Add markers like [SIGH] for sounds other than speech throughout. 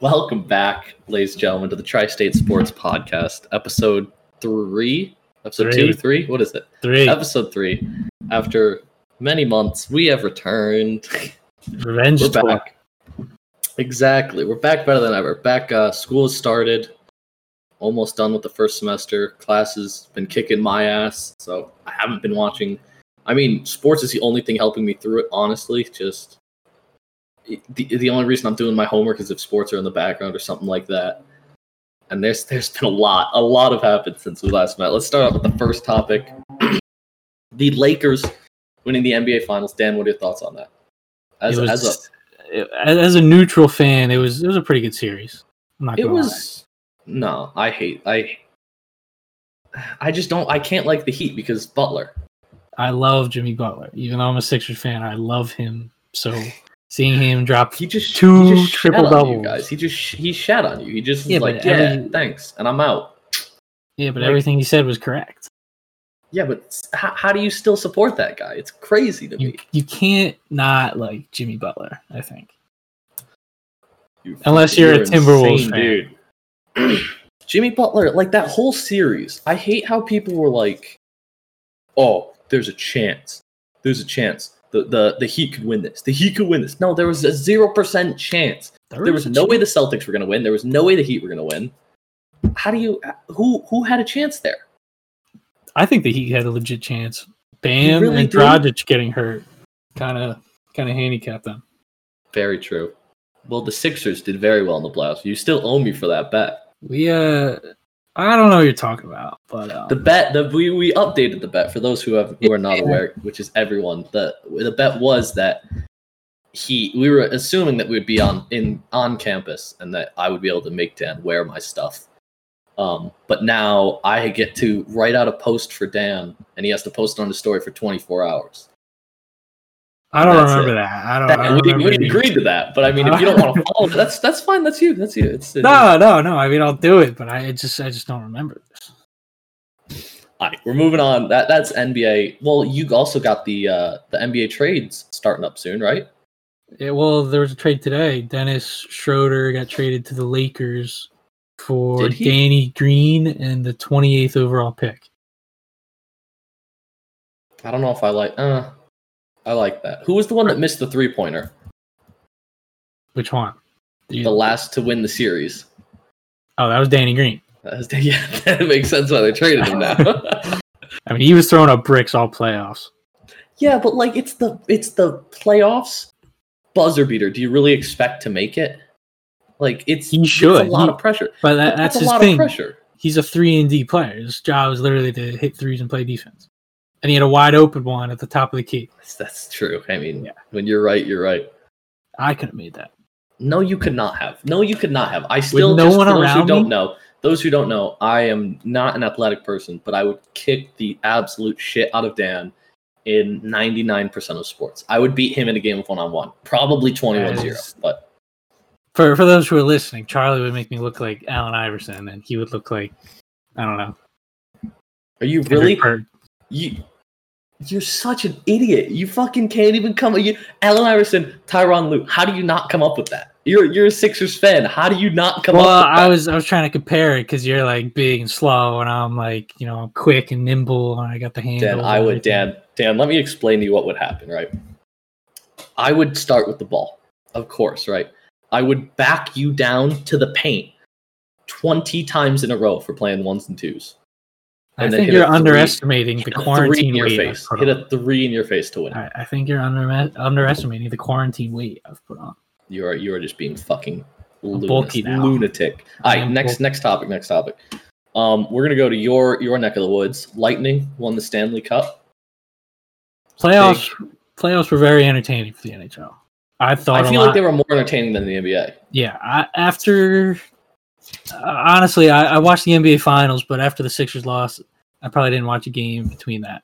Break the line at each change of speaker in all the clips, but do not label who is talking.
Welcome back, ladies and gentlemen, to the Tri State Sports Podcast, episode three. Episode
Three.
two, three? What is it?
Three.
Episode three. After many months, we have returned.
Revenge
We're
tour.
back. Exactly. We're back better than ever. Back, uh, school has started. Almost done with the first semester. Classes been kicking my ass. So I haven't been watching. I mean, sports is the only thing helping me through it, honestly. Just the, the only reason I'm doing my homework is if sports are in the background or something like that. And there's there's been a lot, a lot of happened since we last met. Let's start out with the first topic. [CLEARS THROAT] the Lakers winning the NBA finals. Dan, what are your thoughts on that? As,
It was-
as a
it- as as a neutral fan, it was it was a pretty good series. I'm not
it
gonna lie.
was no i hate i i just don't i can't like the heat because butler
I love Jimmy Butler, even though I'm a Sixers fan. I love him. So seeing him drop,
he just
Two
he just shat
triple
on you
doubles.
guys he just he shat on you he just was
Yeah,
like
but
yeah
every-
thanks and i'm out
yeah, but
like-
everything he said was correct.
yeah but s- how, how do you still support that guy it's crazy to
You
me
you can't not like Jimmy Butler. I think
You
unless
fucking-
you're a
an
Timberwolves
insane
fan.
dude. [CLEARS THROAT] Jimmy Butler, like that whole series, I hate how people were like, "Oh, there's a chance. There's a chance. The the the Heat could win this. The Heat could win this." No, there was a zero percent chance. There was
a
no way
chance.
the Celtics were going to win. There was no way the Heat were going to win. How do you? Who who had a chance there?
I think that he had a legit chance. Bam
really
and
do?
Dragic getting hurt, kind of kind of handicapped them.
Very true. Well, the Sixers did very well in the playoffs. You still owe me for that bet.
We uh, I don't know what you're talking about, but um,
The bet the we, we updated the bet for those who have who are not aware, which is everyone. The the bet was that he we were assuming that we would be on in on campus and that I would be able to make Dan wear my stuff. Um, but now I get to write out a post for Dan and he has to post it on his story for 24 hours.
I don't
That's
remember that. I don't. I
That-
don't
we,
remember
we
the-
agreed to that, but I mean, if you don't want to follow, it, that's that's fine. That's you. That's you. It's, it's
No, no, no. I mean, I'll do it, but I just, I just don't remember this.
All right, we're moving on. That that's NBA. Well, you also got the uh, the NBA trades starting up soon, right?
Yeah, well, there was a trade today. Dennis Schroeder got traded to the Lakers for
Did he?
Danny Green and the 28th overall pick.
I don't know if I like. Uh, I like that. Who was the one that missed the three pointer?
Which one? Do you-
The last to win the series.
oh, that was Danny Green.
That was- [LAUGHS] yeah, that makes sense why they traded him now. [LAUGHS]
I mean, he was throwing up bricks all playoffs.
yeah, but like it's the it's the playoffs buzzer beater. Do you really expect to make it? Like it's
He
it's
should.
a lot
He-
of pressure.
But
But
that, that's,
a
his
lot
thing.
of pressure.
He's a three and D player. His job is literally to hit threes and play defense. And he had a wide open one at the top of the key.
That's, that's true. I mean,
Yeah.
when you're right, you're right.
I could have made that.
No, you could not have. No, you could not have. I still
no
just,
one
for those
around
who don't
me?
know, those who don't know, I am not an athletic person, but I would kick the absolute shit out of Dan in 99% of sports. I would beat him in a game of one-on-one, probably 21-0,
Nice.
but
For for those who are listening, Charlie would make me look like Allen Iverson, and he would look like I don't know.
are you
Kendrick
really
Perk.
you you're such an idiot. You fucking can't even come you Allen Iverson, Tyron Lue. How do you not come up with that? You're you're a Sixers fan. How do you not come
Well,
up with that?
I was I was trying to compare it because you're like big and slow, and I'm like you know quick and nimble, and I got the handle.
Dan, I would, Dan, Dan, let me explain to you what would happen, right? I would start with the ball, of course, right? I would back you down to the paint 20 times in a row for playing ones and twos.
I
and then
think
hit a
you're
three-
underestimating the
Hit a [LAUGHS] three
quarantine
in your
weight.
face.
I've put
Hit
on.
a three in your face to win.
I, I think you're under, underestimating the quarantine weight I've put on.
You are you are just being fucking lunas-
bulky now.
lunatic. All
I
right,
am
next
bulky.
next topic, next topic. Um, we're gonna go to your your neck of the woods. Lightning won the Stanley Cup.
Playoffs playoffs were very entertaining for the NHL. I thought
I
a
feel
lot.
like they were more entertaining than the NBA.
Yeah, I, after uh, honestly, I, I watched the NBA Finals, but after the Sixers lost, I probably didn't watch a game between that.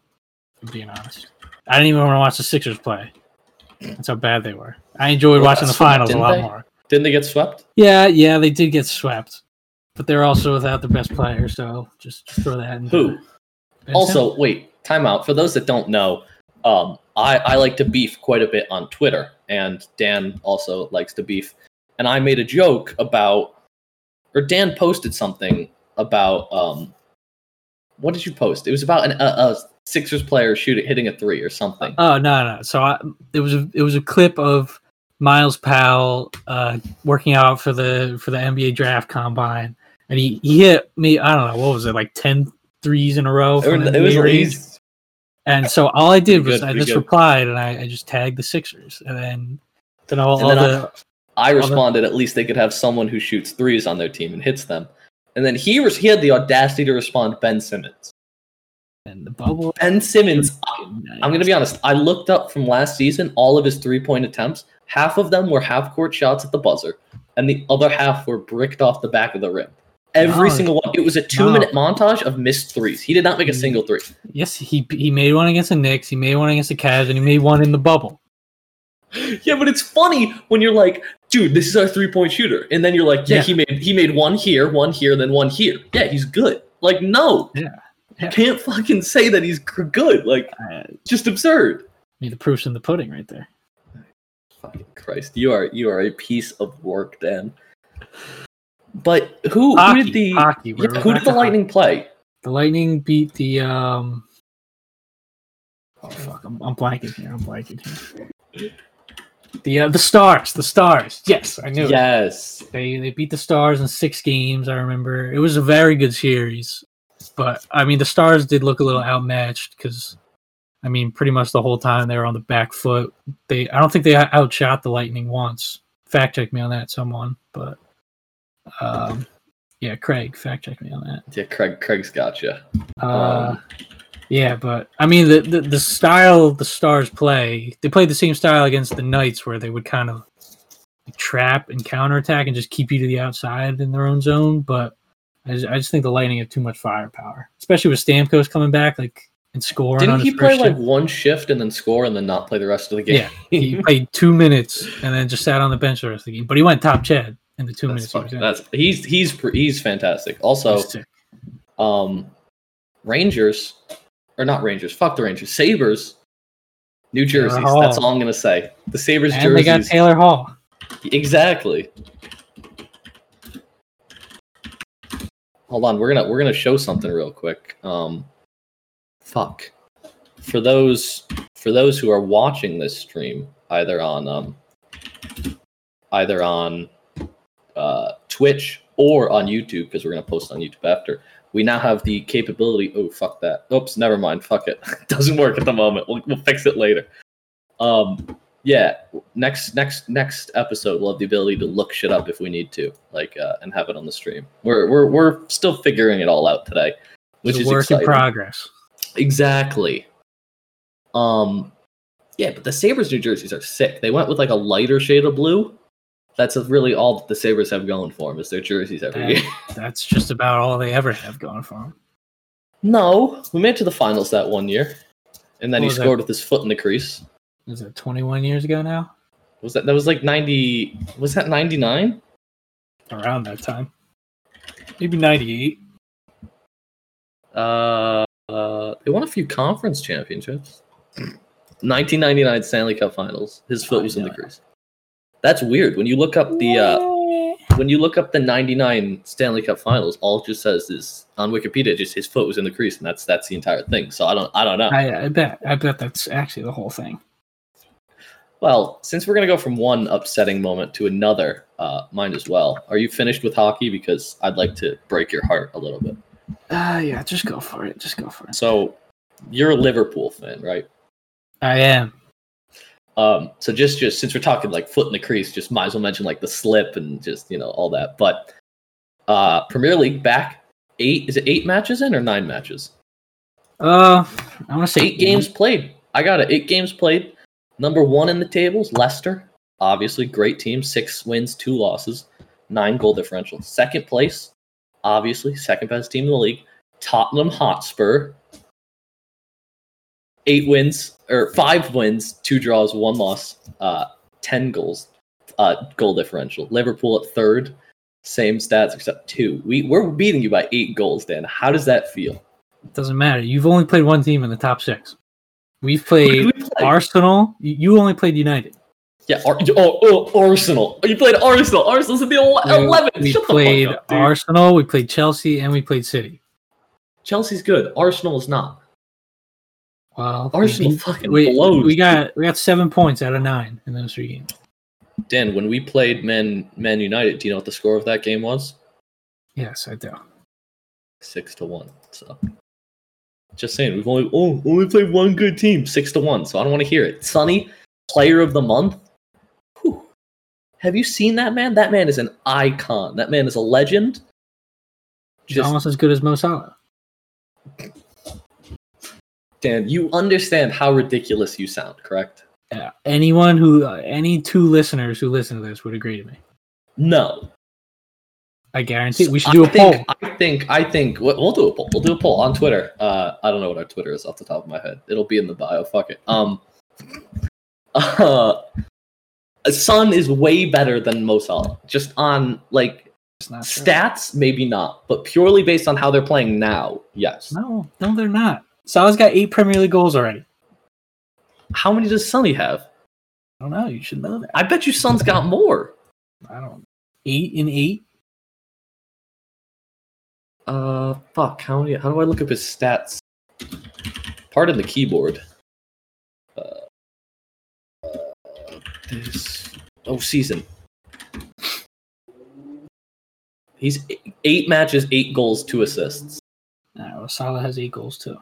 If I'm being honest, I didn't even want to watch the Sixers play. That's how bad they were. I enjoyed
Well,
watching the
that's fine,
finals a
didn't
lot
they?
more.
Didn't they get swept?
Yeah, yeah, they did get swept, but they're also without their best player. So just, just throw that in.
Who?
Ben Simmons.
Also, wait, time out. For those that don't know, um, I, I like to beef quite a bit on Twitter, and Dan also likes to beef. and I made a joke about, or Dan posted something about, um, what did you post? It was about an, a, a Sixers player shooting hitting a three or something.
Oh no, no. So I, it was a, it was a clip of Miles Powell uh, working out for the for the NBA draft combine, and he, he hit me. I don't know what was it like 10 threes in a row.
It
Oh, from
was,
the
it was
NBA range?
least
And so all I did
Pretty
was
good,
I
pretty
just
good.
replied and I, I just tagged the Sixers, and then then all,
And
all
then I-
the
I
Well, that-
responded, at least they could have someone who shoots threes on their team and hits them. And then he was he had the audacity to respond, Ben Simmons.
and the bubble.
Ben Simmons. I- I'm gonna be honest. I looked up from last season all of his three point attempts. Half of them were half court shots at the buzzer, and the other half were bricked off the back of the rim. Every
No. Mm.
single one. It was a two minute montage of missed threes. He did not make a single three. [GASPS]
Yes, he he made one against the Knicks, he made one against the Cavs, and he made one in the bubble.
Yeah, but it's funny when you're like, dude, this is our three point shooter, and then you're like, yeah,
Yeah.
he made he made one here, one here, then one here. Yeah, he's good. Like, no,
Yeah.
you
Yeah. Uh,
can't fucking say that he's g- good. Like,
I
just absurd.
mean, the proof's in the pudding, right there.
Fucking Christ, you are you are a piece of work, Dan. But who, who
Hockey,
did the
hockey, we're-
yeah,
we're
who
back
did the
to
Lightning play?
hockey. The Lightning beat the um. Oh fuck! I'm, I'm blanking here. I'm blanking here. The uh, the Stars, the Stars. Yes, I knew it.
Yes,
They they beat the Stars in six games. I remember it was a very good series, but I mean the Stars did look a little outmatched because, I mean, pretty much the whole time they were on the back foot. They I don't think they outshot the Lightning once. Fact check me on that, someone. But, um, yeah, Craig, fact check me on that.
yeah, Craig Craig's gotcha.
Uh,
Um,
yeah, but I mean the, the the style the Stars play, they played the same style against the Knights where they would kind of trap and counterattack and just keep you to the outside in their own zone. But I just, I just think the Lightning have too much firepower, especially with Stamkos coming back like and scoring.
Didn't
on
he
his
play
first
like
shift.
one shift and then score and then not play the rest of the game? [LAUGHS]
Yeah, he played two minutes and then just sat on the bench the rest of the game. But he went top Chad in the two
that's
minutes.
fucking,
he was
that's he's he's pr- he's fantastic.
in.
Also,
He's sick.
um Rangers or not Rangers, fuck the Rangers, Sabres, New
Taylor
Jerseys.
Hall.
That's all I'm gonna say. The Sabres
Oh. and they got
jerseys.
Taylor Hall.
exactly. Hold on, we're gonna we're gonna show something real quick. Um fuck. For those for those who are watching this stream, either on um either on uh, Twitch or on YouTube because we're gonna post on YouTube after. We now have the capability. Oh fuck that! Oops, never mind. Fuck it. [LAUGHS] Doesn't work at the moment. We'll, we'll fix it later. Um, yeah. Next, next, next episode, we'll have the ability to look shit up if we need to, like, uh, and have it on the stream. We're we're we're still figuring it all out today, which
It's
is
a work
exciting.
in progress.
Exactly. Um, yeah, but the Sabres New Jerseys are sick. They went with like a lighter shade of blue. That's really all that the Sabres have going for them is their jerseys every
And
year. [LAUGHS]
that's just about all they ever have going for them.
No, we made it to the finals that one year, and then
What
he
was that?
scored with his foot in the crease.
is it 21 years ago now?
Was that that was like ninety? Was that ninety nine?
Around that time, maybe 98.
Uh, uh, they won a few conference championships. [CLEARS THROAT] Nineteen ninety nine Stanley Cup Finals. His
Oh,
foot was in the crease. That's weird. When you look up the uh, when you look up the 99 Stanley Cup Finals, all it just says is on Wikipedia, it just his foot was in the crease, and that's that's the entire thing. So I don't I don't know.
I, I bet. I bet that's actually the whole thing.
well, since we're gonna go from one upsetting moment to another, uh, mine as well. Are you finished with hockey? Because I'd like to break your heart a little bit.
Ah, yeah. Just go for it. Just go for it.
So you're a Liverpool fan, right?
I am.
Um, so just just since we're talking like foot in the crease, just might as well mention like the slip and just you know all that. But uh, Premier League back eight is it eight matches in or nine matches?
Uh, I want to say
eight games played. I got it. Eight games played. Number one in the tables, Leicester. Obviously, great team. Six wins, two losses, nine goal differential. Second place, obviously, second best team in the league. Tottenham Hotspur. Eight wins or five wins, two draws, one loss, uh, ten goals, uh, goal differential. Liverpool at third, same stats except two. We we're beating you by eight goals, Dan. How does that feel?
It doesn't matter. You've only played one team in the top six. We've
Who
played
did we play?
Arsenal. You- You only played United.
Yeah, Ar- oh, oh, Arsenal. You played Arsenal. Arsenal's in the ele-
We-
11th.
We
Shut
played
the fuck up, dude.
Arsenal, we played Chelsea, and we played City.
Chelsea's good. Arsenal is not.
Well, we
Arsenal
beat-
fucking
we,
blows.
we got we got seven points out of nine in those three games.
Dan, when we played Man Man United, do you know what the score of that game was?
Yes, I do.
Six to one. So, just saying, we've only oh, only played one good team, six to one. So I don't want to hear it. Sonny, Player of the Month. Whew. Have you seen that man? That man is an icon. That man is a legend.
He's
Just-
almost as good as Mo Salah.
Dan, you understand how ridiculous you sound, correct?
Yeah. Anyone who uh, any two listeners who listen to this would agree to me.
No,
I guarantee. it. We should do a
I think,
poll.
I think I think we'll we'll do a poll. We'll do a poll on Twitter. Uh, I don't know what our Twitter is off the top of my head. It'll be in the bio. Fuck it. Um, [LAUGHS] uh, Son is way better than Mo Salah. Just on like
It's not true.
stats, maybe not, but purely based on how they're playing now, yes.
No, no, they're not. Salah's got eight Premier League goals already.
How many does Sonny have?
I don't know. You should know that.
I bet you Son's got more.
I don't. Eight and eight.
Uh, fuck. How many? How do I look up his stats? Pardon the keyboard. Uh, uh, this oh season. He's e- eight matches, eight goals, two assists.
Nah, well, Salah has eight goals too.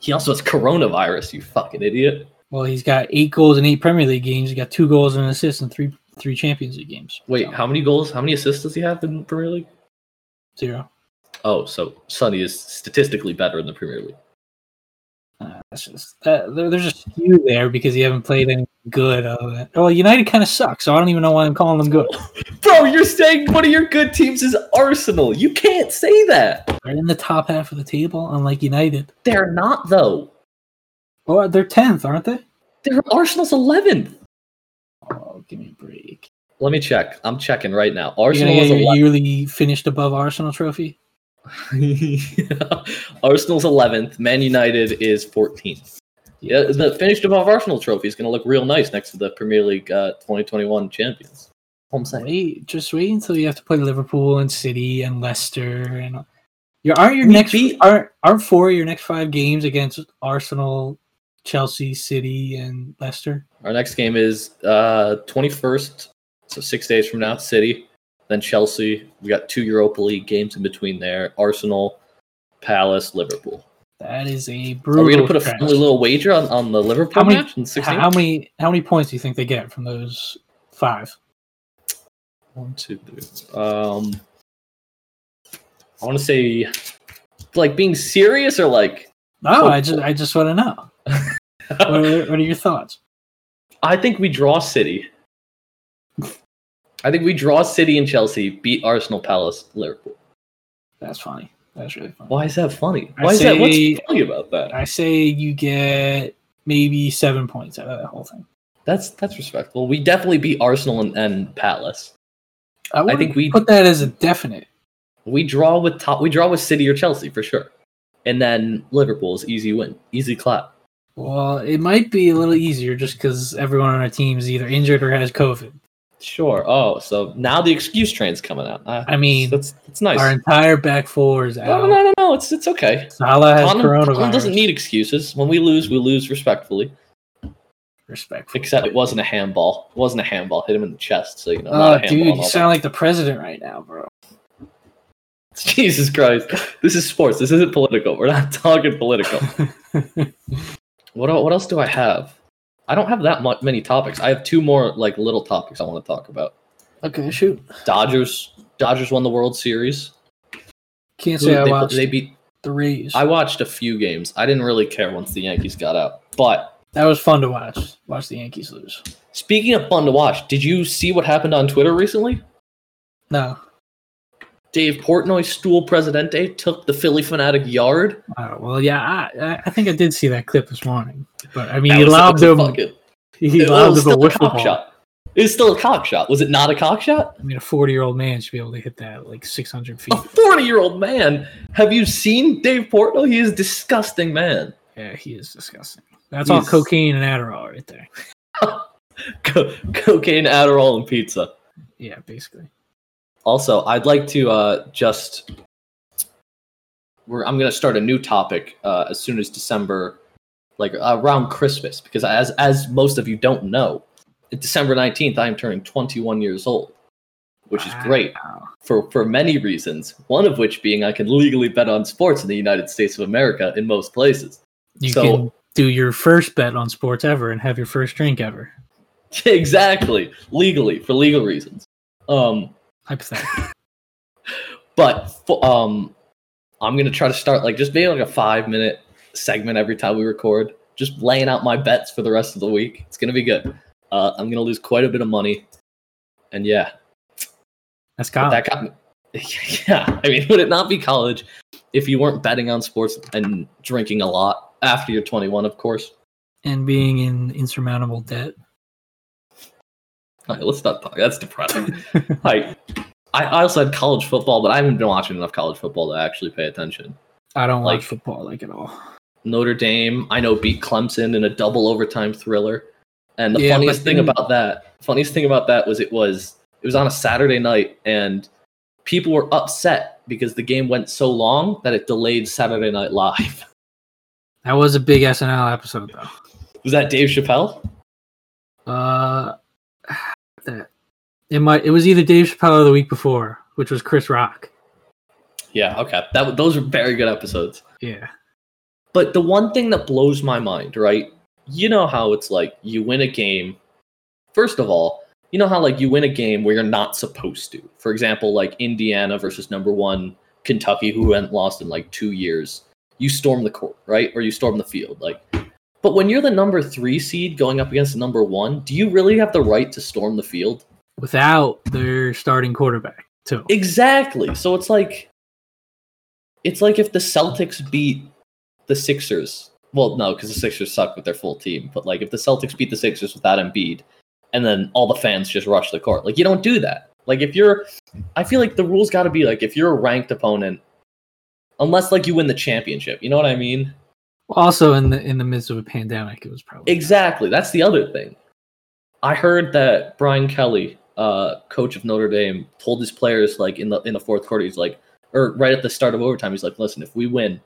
He also has coronavirus. You fucking idiot.
Well, he's got eight goals in eight Premier League games. He's got two goals and an assist in three three Champions League games.
Wait,
So,
how many goals? How many assists does he have in the Premier League?
zero?
Oh, so Sonny is statistically better in the Premier League.
Uh, that's just that, there, there's a skew there because you haven't played any good other than well, United kind of sucks. So I don't even know why I'm calling them good.
Bro, you're saying one of your good teams is Arsenal. You can't say that.
They're in the top half of the table, unlike United.
They're not though.
Oh, they're tenth, aren't they?
They're Arsenal's 11th.
Oh, give me a break.
Let me check. I'm checking right now.
You're
Arsenal
gonna
is
get your
11th.
yearly finished above Arsenal trophy.
[LAUGHS] Arsenal's 11th. Man United is 14th. Yeah, the finished above Arsenal trophy is going to look real nice next to the Premier League uh, 2021 champions. All I'm saying.
Wait, just wait until you have to play Liverpool and City and Leicester and your aren't your
We
next
beat-
aren't aren't four of your next five games against Arsenal, Chelsea, City, and Leicester.
Our next game is uh, 21st, so six days from now, City, then Chelsea. We got two Europa League games in between there. Arsenal, Palace, Liverpool.
That is a
Are
brutal.
we going to put a
stretch.
friendly little wager on, on the Liverpool
How many-
match in 16?
how many how many points do you think they get from those five?
One, two, three. Um, I want to say, like being serious or like,
No,
Oh.
I just I just want
[LAUGHS]
to know. what, are, what are your thoughts?
I think we draw City. I think we draw City and Chelsea, beat Arsenal, Palace, Liverpool.
That's funny. That's really funny.
Why is that funny?
I
Why is that?
say-
What's funny about that?
I say you get maybe seven points out of that whole thing.
That's that's respectable. We definitely beat Arsenal and, and Palace.
I, wouldn't
think we-
put that as a definite.
We draw with top. We draw with City or Chelsea for sure, and then Liverpool's easy win, easy clap.
Well, it might be a little easier just because everyone on our team is either injured or has COVID.
Sure. Oh, so now the excuse train's coming out. Uh,
I mean,
that's that's nice.
Our entire back four is out.
No, no, no, no, no. It's it's okay.
Salah has
Tottenham, Tottenham
coronavirus.
doesn't need excuses. When we lose, we lose respectfully.
respectful.
Except it wasn't a handball. It wasn't a handball. Hit him in the chest. So you know.
Oh,
not a handball
dude,
and
you
all
sound like the president right now, bro.
that. [LAUGHS] Jesus Christ! This is sports. This isn't political. We're not talking
[LAUGHS]
political. what el- what else do I have? I don't have that much many topics. I have two more like little topics I want to talk about.
Okay, shoot.
Dodgers. Dodgers won the World Series.
Can't
Who
say
did they,
I
put-
watched
they beat.
the Rays.
I watched a few games. I didn't really care once the Yankees got out, but
that was fun to watch. Watch the Yankees lose.
Speaking of fun to watch, did you see what happened on Twitter recently?
No,
Dave Portnoy, stool presidente, took the Philly fanatic yard.
Uh, well, yeah, I- I, I think I did see that clip this morning. But I mean,
That
he
was- that
lobbed
was a
him.
fucking-
He
it
lobbed
was
him a
still a
wiffle
cock
ball.
shot. It was still a cock shot. Was it not a cock shot?
I mean, a forty-year-old man should be able to hit that like six hundred feet.
A forty-year-old man. Have you seen Dave Portnoy? He is a disgusting man. [LAUGHS]
Yeah, he is disgusting. That's all
He's-
cocaine and Adderall right there.
Co- cocaine, Adderall, and pizza.
Yeah, basically.
Also, I'd like to uh, just we're I'm gonna start a new topic uh, as soon as December, like around Christmas, because as as most of you don't know, December nineteenth I am turning 21 years old, which is great
Wow.
for for many reasons. One of which being I can legally bet on sports in the United States of America in most places. [LAUGHS]
You
So-
can do your first bet on sports ever and have your first drink ever.
exactly, legally for legal reasons. Um, [LAUGHS]
Hypothetically.
but fo- um i'm gonna try to start like just being like a five minute segment every time we record just laying out my bets for the rest of the week it's gonna be good uh, i'm gonna lose quite a bit of money and yeah
That's
but
college.
that got me [LAUGHS] yeah i mean would it not be college if you weren't betting on sports and drinking a lot after you're 21 of course
and being in insurmountable debt.
all right let's not talk that's depressing like I- I also had college football but i haven't been watching enough college football to actually pay attention
I don't like
Like-
football like at all.
Notre Dame, I know beat Clemson in a double overtime thriller. And the
Yeah, but
funniest thing
didn't-
about that, funniest thing about that was it was it was on a Saturday night and people were upset because the game went so long that it delayed Saturday Night Live. [LAUGHS]
That was a big SNL episode though.
Was that Dave Chappelle?
Uh, [SIGHS] that it might it was either Dave Chappelle or the week before, which was Chris Rock.
Yeah, okay. That w- those were very good episodes.
Yeah,
But the one thing that blows my mind, right? You know how it's like you win a game. First of all, you know how like you win a game where you're not supposed to. For example, like Indiana versus number one Kentucky, who hadn't lost in like two years. You storm the court, right? Or you storm the field. Like, but when you're the number three seed going up against the number one, do you really have the right to storm the field?
without their starting quarterback too.
Exactly. So it's like it's like if the Celtics beat the Sixers. Well, no, because the Sixers suck with their full team. But like if the Celtics beat the Sixers without Embiid, and then all the fans just rush the court. Like you don't do that. Like if you're, I feel like the rules got to be like if you're a ranked opponent, unless like you win the championship. You know what I mean?
Also, in the in the midst of a pandemic, it was probably
Exactly. That's the other thing. I heard that Brian Kelly, uh, coach of Notre Dame, told his players like in the in the fourth quarter, he's like, or right at the start of overtime, he's like, "Listen, if we win,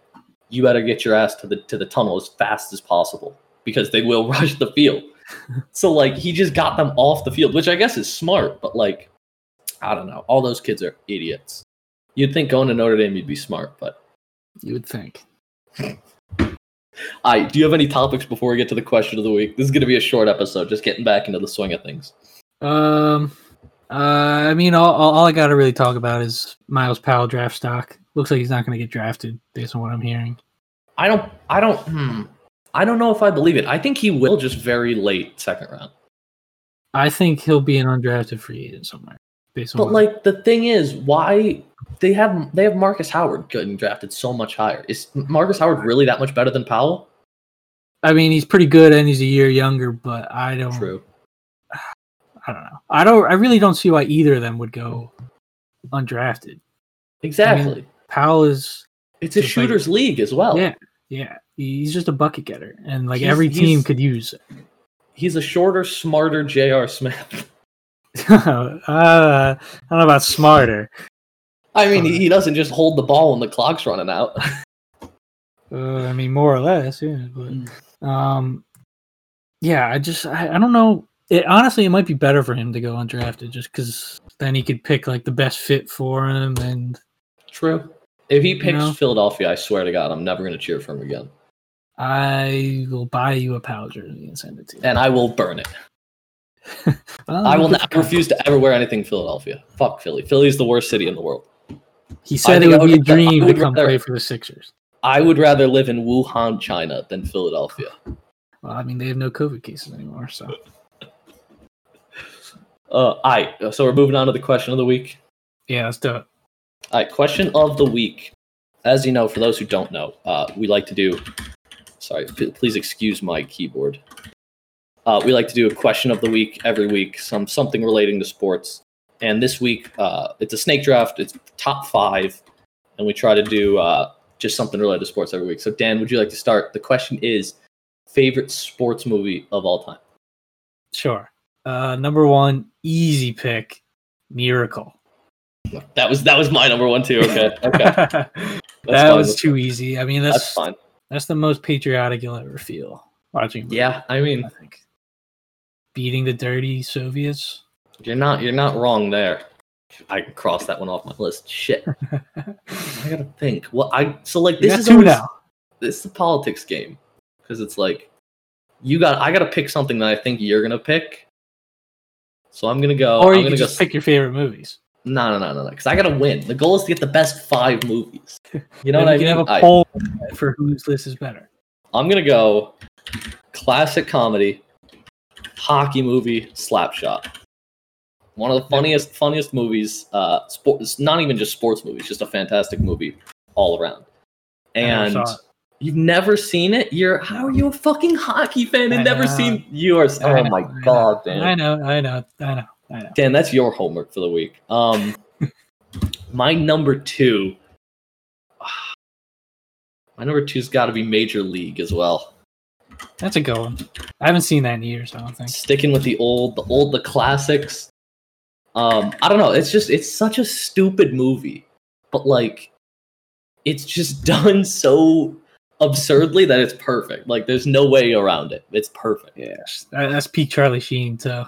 you better get your ass to the to the tunnel as fast as possible because they will [LAUGHS] rush the field." so like he just got them off the field, which I guess is smart, but like I don't know, all those kids are idiots. You'd think going to Notre Dame you'd be smart, but
you would think.
I do you have any topics before we get to the question of the week? This is gonna be a short episode, just getting back into the swing of things.
Um, uh, I mean, all all, all I got to really talk about is Miles Powell draft stock. Looks like he's not going to get drafted based on what I'm hearing.
I don't. I don't. Hmm. I don't know if I believe it. I think he will just very late second round.
I think he'll be an undrafted free agent somewhere. Based on
But
what-
like the thing is, why they have they have Marcus Howard getting drafted so much higher? Is Marcus Howard really that much better than Powell?
I mean, he's pretty good and he's a year younger, but I don't.
True.
I don't know. I don't. I really don't see why either of them would go undrafted.
Exactly.
Powell is.
it's a
just like-
shooters league as well.
Yeah, yeah. He's just a bucket getter, and like
He's-
every team
he's-
could use. it.
He's a shorter, smarter J.R. Smith.
[LAUGHS] uh, I don't know about smarter.
I [LAUGHS] mean, he he doesn't just hold the ball when the clock's running out.
Uh, I mean, more or less. Yeah,
Mm.
but um, yeah. I just I, I don't know. It honestly, it might be better for him to go undrafted, just because then he could pick like the best fit for him, and
True. If he picks
No.
Philadelphia, I swear to God, I'm never going to cheer for him again,
I will buy you a Powell jersey and send it to you.
and I will burn it.
Well,
I will
good
not
for Powell.
refuse to ever wear anything Philadelphia. Fuck Philly. Philly's the worst city in the world.
He said it
think I
would be a
would rather- I
dream to
would
come
rather-
play for the Sixers.
I would rather live in Wuhan, China than Philadelphia.
Well, I mean, they have no COVID cases anymore, so
Uh, I so we're moving on to the question of the week.
yeah, let's do it.
All right, question of the week. As you know, for those who don't know, uh, we like to do. Sorry, p- please excuse my keyboard. Uh, we like to do a question of the week every week, some something relating to sports. And this week, uh, it's a snake draft. It's top five, and we try to do uh, just something related to sports every week. So, Dan, would you like to start? The question is, favorite sports movie of all time.
Sure. Uh, number one, easy pick, Miracle. [LAUGHS]
That was that was my number one too. Okay, okay, that's
that
fine.
was too easy. I mean, that's
That's
that's,
fine.
the most patriotic you'll ever feel watching. a movie,
Yeah, I mean,
I think beating the dirty Soviets.
you're not you're not wrong there. I can cross that one off my list.
[LAUGHS]
Shit, I gotta think. Well, I so like
You
this
got
is
two
always-
now.
this is a politics game because it's like you got I gotta pick something that I think you're gonna pick. So I'm gonna go.
or
Oh, I'm
you
gonna
can
go.
just pick your favorite movies.
no, no, no, no, no. Because I gotta win. The goal is to get the best five
[LAUGHS]
movies. You know
And
what I
we
mean?
can have a
I-
poll for whose list is better.
I'm gonna go classic comedy, hockey movie, Slapshot. One of the funniest, funniest movies. Uh, sports, not even just sports movies, just a fantastic movie all around.
I never
And
saw it.
you've never seen it? You're how are you a fucking hockey fan
I
and never
know.
seen? You are.
I
Oh
know,
my
I know,
god, Dan.
I know, I know, I know, I know.
Dan, that's your homework for the week.
[LAUGHS]
Um, my number two, [SIGHS] my number two's got to be Major League as well.
That's a good one. I haven't seen that in years. I don't think.
Sticking with the old, the old, the classics. Um, I don't know. It's just it's such a stupid movie, but like, it's just [LAUGHS] done so absurdly that it's perfect. Like, there's no way around it. It's perfect.
Yeah, that, that's peak Charlie Sheen too.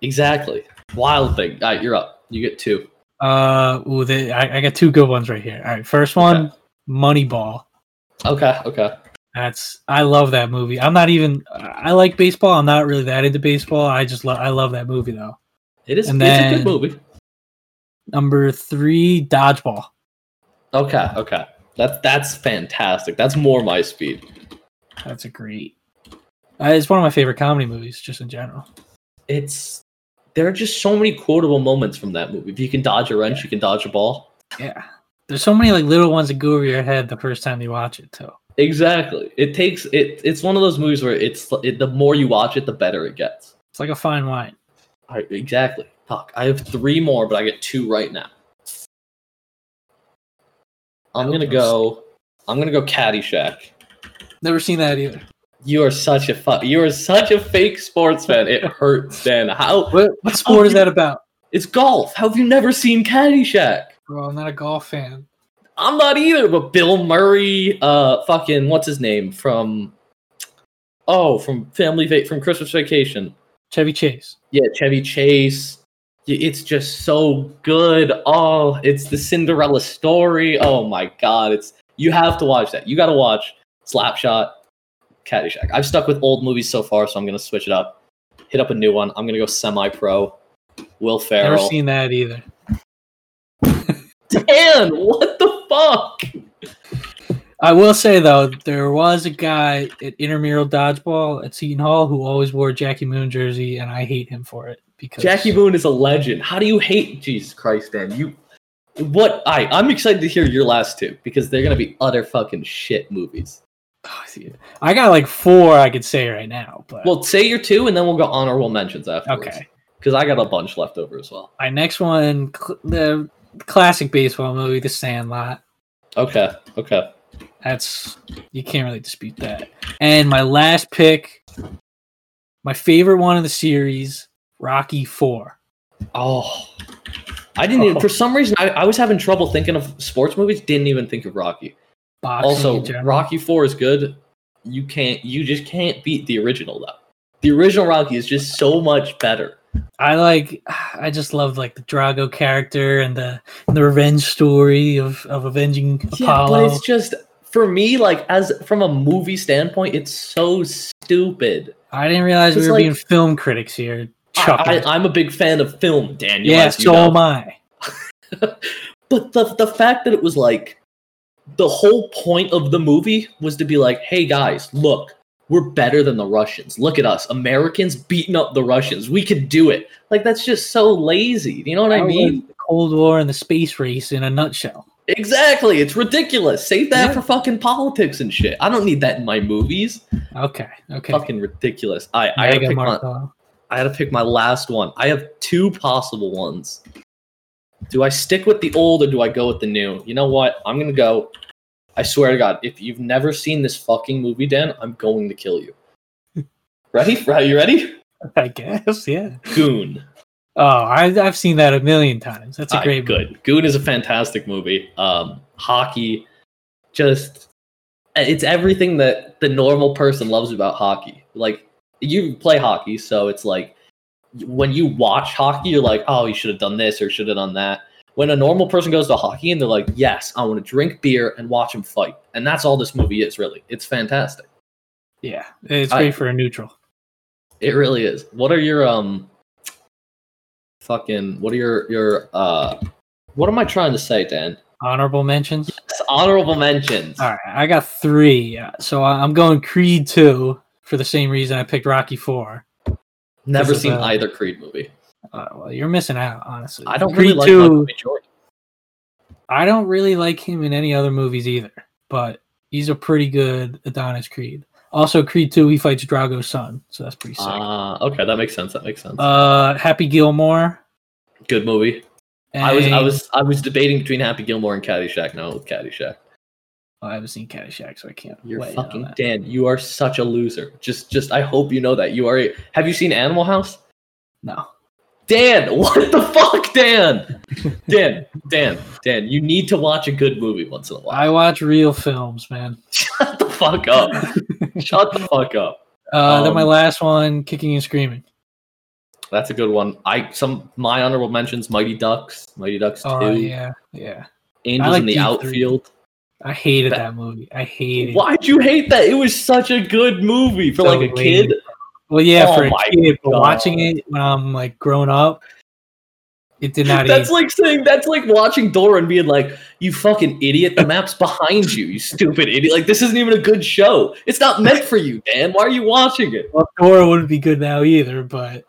Exactly. Wild thing. All right, you're up. You get two.
Uh, ooh, they, I, I got two good ones right here. All right, first one, Moneyball.
Okay. Okay.
That's I love that movie. I'm not even. I like baseball. I'm not really that into baseball. I just love. I love that movie though.
It is.
And
it's a
then-
good movie.
Number three, Dodgeball.
Okay, okay. That's that's fantastic. That's more my speed.
That's a great. Uh, it's one of my favorite comedy movies, just in general.
It's there are just so many quotable moments from that movie. If you can dodge a wrench, you can dodge a ball.
Yeah, there's so many like little ones that go over your head the first time you watch it too.
Exactly. It takes it. It's one of those movies where it's it, the more you watch it, the better it gets.
It's like a fine wine.
All right, exactly. Fuck. I have three more, but I get two right now. I'm gonna go. I'm gonna go Caddyshack.
Never seen that either.
You are such a fu- You are such a fake sports fan. It hurts, Dan. How
What, what sport is that about?
It's golf. How have you never seen Caddyshack?
Bro, I'm not a golf fan.
I'm not either, but Bill Murray, uh, fucking what's his name from? Oh, from Family Va- from Christmas Vacation.
Chevy Chase.
Yeah, Chevy Chase. Y- It's just so good. Oh, it's the Cinderella story. Oh my god, it's you have to watch that. You got to watch Slapshot, Caddyshack. I've stuck with old movies so far, so I'm gonna switch it up. Hit up a new one. I'm gonna go semi-pro. Will Ferrell.
Never
[LAUGHS]
seen that either.
Dan, what the fuck?
I will say though, there was a guy at intramural dodgeball at Seton Hall who always wore a Jackie Moon jersey, and I hate him for it because
Jackie Moon is a legend. How do you hate Jesus Christ, Dan? You what I I'm excited to hear your last two because they're gonna be utter fucking shit movies.
Oh, I see it. I got like four I could say right now, but
Well, say your two and then we'll go honorable mentions afterwards.
okay.
Because I got a bunch left over as well.
My next one, cl- the classic baseball movie, The Sandlot.
Okay. Okay.
That's you can't really dispute that. And my last pick, my favorite one in the series, Rocky Four.
Oh. I didn't
Oh.
even, for some reason I, I was having trouble thinking of sports movies, didn't even think of Rocky.
Boxing
Also,
in general.
Rocky Four is good. You can't you just can't beat the original though. The original Rocky is just so much better.
I like [SIGHS] I just love like the Drago character and the and the revenge story of of avenging Apollo.
Yeah, but it's just for me, like as from a movie standpoint, it's so stupid.
I didn't realize we
it's
were
like-
being film critics here. Chuck.
I, I, am a big fan of film, Daniel.
yeah,
as you
so
know.
am I.
But the the fact that it was like the whole point of the movie was to be like, hey guys, look, we're better than the Russians. Look at us, Americans beating up the Russians. We could do it. Like that's just so lazy. You know what I
That was
mean?
the Cold War and the space race in a nutshell.
Exactly. It's ridiculous. Save that
Yeah.
for fucking politics and shit. I don't need that in my movies.
Okay, okay.
Fucking ridiculous. I I gotta
Mega
pick my,
Marco.
I gotta pick my last one. I have two possible ones. Do I stick with the old or do I go with the new? You know what? I'm gonna go. I swear to God, if you've never seen this fucking movie, Dan, I'm going to kill you. Ready? Are you ready?
[LAUGHS] I guess, yeah.
Goon.
Oh, I, I've seen that a million times. That's a
All right,
great
Uh, good. Goon is a fantastic movie. Um, hockey, just it's everything that the normal person loves about hockey. Like you play hockey, so it's like when you watch hockey, you're like, oh, you should have done this or should have done that. When a normal person goes to hockey and they're like, yes, I want to drink beer and watch him fight, and that's all this movie is really. It's fantastic.
Yeah, it's
I-
great for a neutral.
It really is. What are your um fucking what are your your uh what am I trying to say, Dan?
Honorable mentions.
It's honorable mentions.
All right, I got three. Uh, So I- I'm going Creed two for the same reason I picked Rocky four.
Never
This is
seen
a-
either Creed movie.
Uh, well, you're missing out, honestly.
I don't
Creed
really like Michael
two.
B. Jordan.
I don't really like him in any other movies either, but he's a pretty good Adonis Creed. Also, Creed two, he fights Drago's son, so that's pretty sick. Uh,
Ah, okay, that makes sense. That makes sense.
Happy Gilmore.
Good movie. I was I
and-
was I was debating between Happy Gilmore and Caddyshack. Now with Caddyshack.
Well, I haven't seen Caddyshack, so I can't.
You're
weigh in on
fucking
that.
Dan. You are such a loser. Just just I hope you know that you are. A, have you seen Animal House?
no.
Dan, [LAUGHS] what the fuck,
[LAUGHS]
Dan? Dan, Dan, Dan, you need to watch a good movie once in a while.
I watch real films, man.
Shut the fuck up.
[LAUGHS]
Shut the fuck up.
Uh, then my
Um,
last one, Kicking and Screaming.
That's a good one. I some my honorable mentions: Mighty Ducks, Mighty Ducks Two,
Oh yeah, yeah. I
Angels
like
in the
D3.
Outfield.
I hated
That-
that movie. I hated. it.
Why'd you hate that? It was such a good movie for
So
like a kid.
Well, yeah,
Oh
for a
my
kid, but
God.
watching it when I'm like grown up, it did
[LAUGHS]
not.
That's
age.
like saying that's like watching Dora and being like, "You fucking idiot! The map's behind you, you stupid idiot! Like this isn't even a good show. It's not meant for you, Dan. Why are you watching it?"
well, Dora wouldn't be good now either, but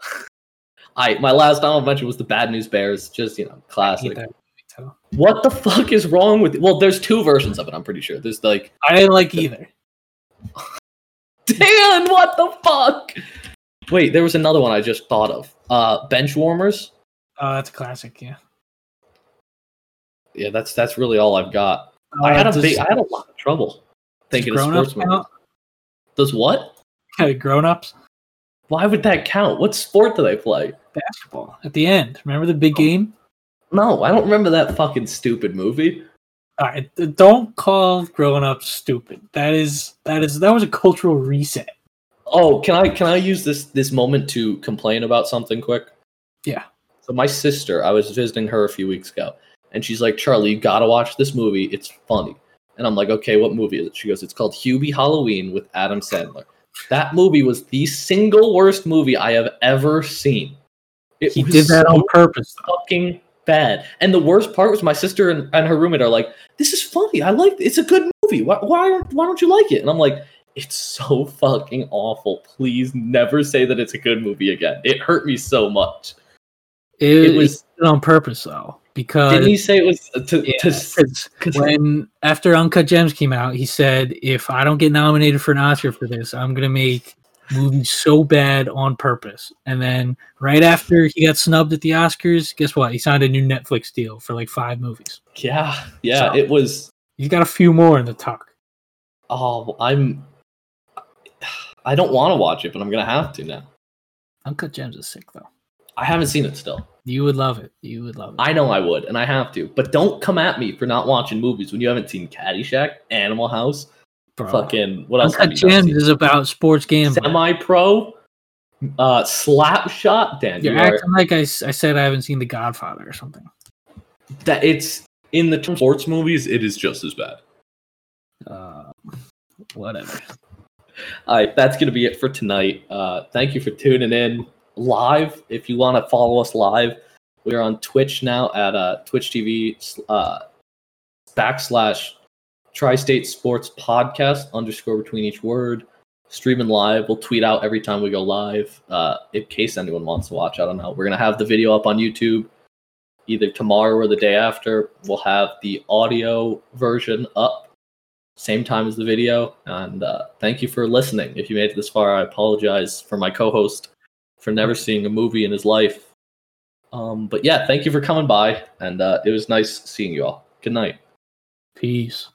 I my last honorable mention was the Bad News Bears. Just you know,
I hate
classic.
that movie too.
What the fuck is wrong with? Well, there's two versions of it. I'm pretty sure. There's like
I didn't like either.
Dan, what the fuck? Wait, there was another one I just thought of. Uh, bench warmers.
Oh, that's a classic. Yeah,
Yeah, that's that's really all I've got. I had a
Uh, does-
big, I had a lot of trouble
does
thinking of
grown-ups
sports movies.
count?
Does what?
Yeah, grown ups
Why would that count? What sport do they play?
basketball at the end. Remember the
Oh.
big game?
No, I don't remember that fucking stupid movie.
All right, th- don't call grown ups stupid. That is that is that was a cultural reset.
Oh, can I can I use this this moment to complain about something quick?
Yeah.
So my sister, I was visiting her a few weeks ago, and she's like, "Charlie, you gotta watch this movie. It's funny." And I'm like, "Okay, what movie is it?" She goes, "It's called Hubie Halloween with Adam Sandler." That movie was the single worst movie I have ever seen. It
He
was
did that
so
on purpose.
fucking bad. And the worst part was my sister and, and her roommate are like, "This is funny. I like. It's a good movie. Why, why why don't you like it?" And I'm like, "It's so fucking awful. Please never say that it's a good movie again. It hurt me so much."
It,
It
was
was-
on purpose though, because
Didn't he say it was uh, to,
yeah,
to s-
'cause
'cause-
when after Uncut Gems came out, he said, "If I don't get nominated for an Oscar for this, I'm gonna make movies so bad on purpose." And then right after he got snubbed at the Oscars, guess what? He signed a new Netflix deal for like five movies.
[LAUGHS] yeah, yeah,
So-
it was.
He's got a few more in the tuck.
Oh, I'm. [SIGHS] I don't want to watch it, but I'm gonna have to now.
Uncut Gems is sick though.
I haven't seen it still.
You would love it. You would love it.
I know I would, and I have to. But don't come at me for not watching movies when you haven't seen Caddyshack, Animal House,
Bro.
fucking what else?
Uncut Gems is about sports gambling.
Semi pro, uh, slap shot. Dan,
You're
you are-
acting like I, s- I said I haven't seen The Godfather or something.
that it's in the term sports movies. It is just as bad.
Uh, whatever.
All right, that's gonna be it for tonight. Uh, thank you for tuning in live. If you want to follow us live, we are on Twitch now at uh, Twitch TV uh, backslash Tri-State Sports Podcast underscore between each word. Streaming live. We'll tweet out every time we go live. Uh, in case anyone wants to watch, I don't know. We're gonna have the video up on YouTube either tomorrow or the day after. We'll have the audio version up same time as the video. And uh, thank you for listening. If you made it this far, I apologize for my co-host for never seeing a movie in his life. Um, but yeah, thank you for coming by, and uh, it was nice seeing you all. Good night.
Peace.